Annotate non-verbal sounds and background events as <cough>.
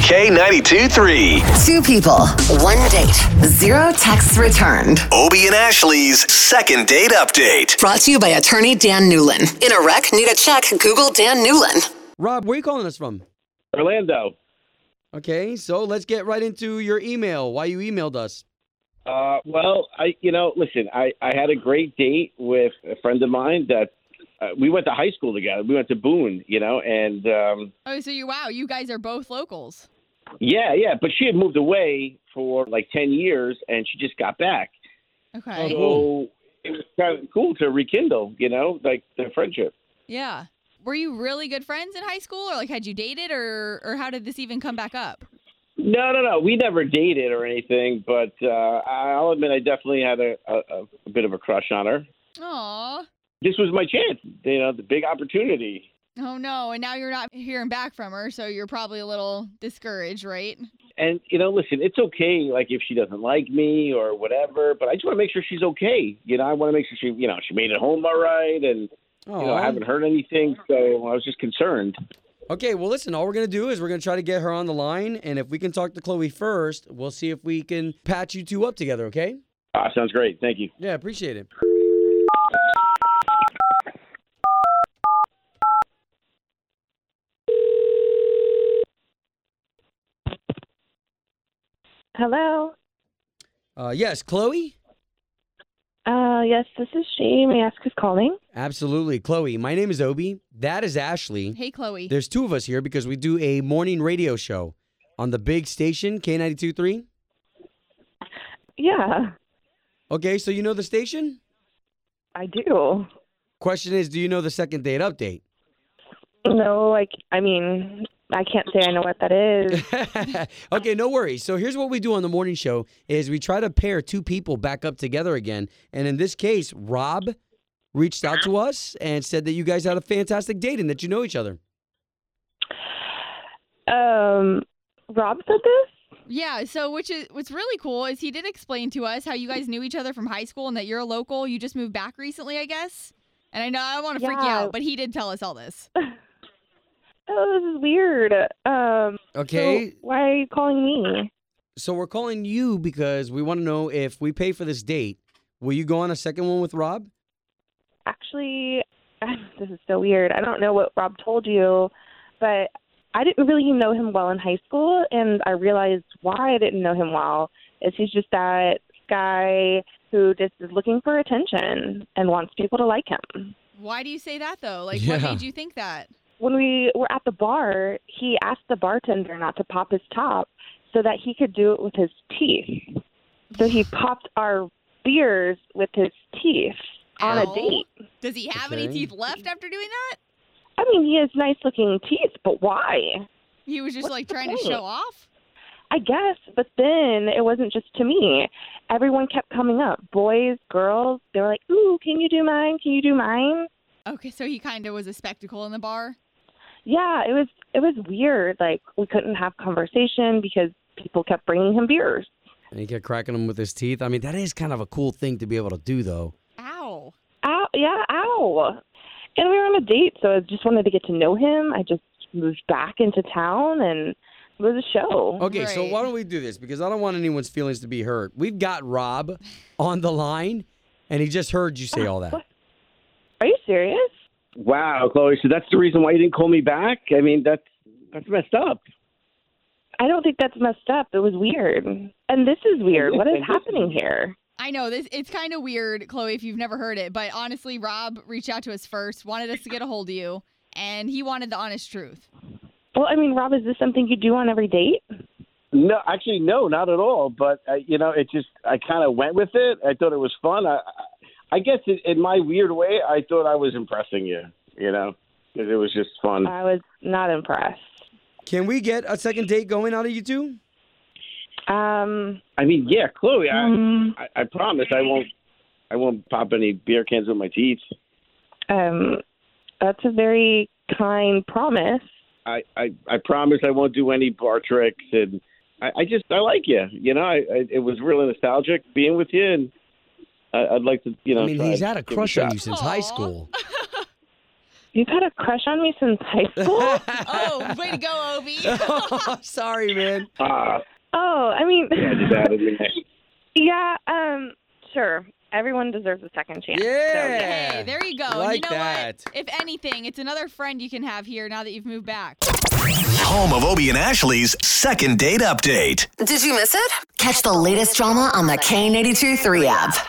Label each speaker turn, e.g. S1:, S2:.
S1: K92 3.
S2: Two people, one date, zero texts returned.
S1: Obie and Ashley's second date update.
S2: Brought to you by attorney Dan Newlin. In a wreck, need a check, Google Dan Newlin.
S3: Rob, where are you calling us from?
S4: Orlando.
S3: Okay, so let's get right into your email. Why you emailed us?
S4: Uh, well, I you know, listen, I I had a great date with a friend of mine that uh, we went to high school together. We went to Boone, you know, and um,
S5: Oh, so you wow, you guys are both locals.
S4: yeah, yeah. But she had moved away for like ten years, and she just got back. Oh,
S5: Okay.
S4: So it was kind of cool to rekindle, you know, like the friendship.
S5: Yeah. Were you really good friends in high school or like had you dated or or how did this even come back up?
S4: No, no, no. We never dated or anything, but uh, I'll admit I definitely had a, a, a bit of a crush on her.
S5: Aw.
S4: This was my chance, you know, the big opportunity.
S5: Oh no, and now you're not hearing back from her, so you're probably a little discouraged, right?
S4: And you know, listen, it's okay, like if she doesn't like me or whatever. But I just want to make sure she's okay. You know, I want to make sure she, you know, she made it home all right, and
S3: Oh,
S4: you know, I haven't heard anything, so I was just concerned.
S3: okay. Well, listen. All we're gonna do is we're gonna try to get her on the line, and if we can talk to Chloe first, we'll see if we can patch you two up together. Okay?
S4: Ah, sounds great. Thank you.
S3: Yeah, appreciate it.
S6: Hello.
S3: Uh, yes, Chloe.
S6: Uh, yes, this is she. May I ask who's calling?
S3: Absolutely, Chloe. My name is Obi. That is Ashley.
S5: Hey Chloe.
S3: There's two of us here because we do a morning radio show on the big station K92.3.
S6: Yeah,
S3: Okay, so you know the station.
S6: I do.
S3: Question is, do you know the second date update?
S6: No, like, I mean, I can't say I know what that <laughs> is.
S3: <laughs> okay, no worries. So here's what we do on the morning show is we try to pair two people back up together again. And in this case, Rob reached out to us and said that you guys had a fantastic date and that you know each other.
S6: Um, Rob said this?
S5: Yeah, so which is what's really cool is he did explain to us how you guys knew each other from high school and that you're a local. You just moved back recently, I guess. And I know I want to freak you
S6: Yeah.
S5: out, but he did tell us all this.
S6: Oh, this is weird. Um, so
S3: Okay.
S6: why are you calling me?
S3: so we're calling you because we want to know if we pay for this date, will you go on a second one with Rob?
S6: Actually, <laughs> this is so weird. I don't know what Rob told you, but I didn't really know him well in high school, and I realized why I didn't know him well is he's just that guy who just is looking for attention and wants people to like him.
S5: Why do you say that though? Like
S3: Yeah.
S5: what made you think that?
S6: when we were at the bar, he asked the bartender not to pop his top so that he could do it with his teeth. So he popped our beers with his teeth on
S5: Ow.
S6: a date.
S5: Does he have any
S3: Okay.
S5: teeth left after doing that?
S6: I mean, he has nice looking teeth, but why?
S5: He was just
S6: What's
S5: like
S6: the
S5: trying to
S6: point?
S5: show off.
S6: I guess, but then it wasn't just to me. Everyone kept coming up boys, girls. They were like, Ooh, can you do mine? Can you do mine?
S5: Okay, so he kind of was a spectacle in the bar.
S6: Yeah, it was it was weird. Like we couldn't have conversation because people kept bringing him beers.
S3: And he kept cracking him with his teeth. I mean, that is kind of a cool thing to be able to do though.
S5: Ow.
S6: Ow, yeah, ow. And we were on a date, so I just wanted to get to know him. I just moved back into town, and it was a show.
S3: Okay, so why
S5: Right.
S3: don't we do this? Because I don't want anyone's feelings to be hurt. We've got Rob on the line, and he just heard you say all that.
S6: Are you serious?
S4: Wow, Chloe. So that's the reason why you didn't call me back. I mean, that's that's messed up.
S6: I don't think that's messed up. It was weird. And this is weird. What is
S4: And this is
S6: happening here?
S5: I know this it's kind of weird, Chloe, if you've never heard it, but honestly, Rob reached out to us first, wanted us to get a hold of you, and he wanted the honest truth.
S6: Well, I mean, Rob, is this something you do on every date?
S4: No, actually, no, not at all. But uh, you know, it just I kind of went with it. I thought it was fun. I, I I guess in, in my weird way, I thought I was impressing you. You know, 'cause it was just fun.
S6: I was not impressed.
S3: Can we get a second date going out of you two?
S6: Um,
S4: I mean, yeah, Chloe. I,
S6: mm,
S4: I, I promise I won't. I won't pop any beer cans with my teeth.
S6: um, that's a very kind promise.
S4: I, I, I promise I won't do any bar tricks. And I, I just I like you. You know, I, I it was really nostalgic being with you, and I, I'd like to. You know,
S3: I mean,
S4: try
S3: he's
S4: and
S3: had a
S4: give it
S3: crush
S4: shot.
S3: on you since high
S5: Aw.
S3: school.
S6: You've had a crush on me since
S3: <laughs>
S6: high school?
S5: Oh, way to go, Ovi.
S3: Sorry, man.
S4: Ah,
S6: oh, I mean,
S4: yeah, just added me.
S6: <laughs> yeah, um, sure. Everyone deserves a second chance. so,
S3: Yeah.
S5: Hey, there you go. And
S3: Like
S5: you know
S3: that.
S5: what? If anything, it's another friend you can have here now that you've moved back.
S1: Home of Obie and Ashley's second date update.
S2: Did you miss it? Catch the latest drama on the K82 3 app.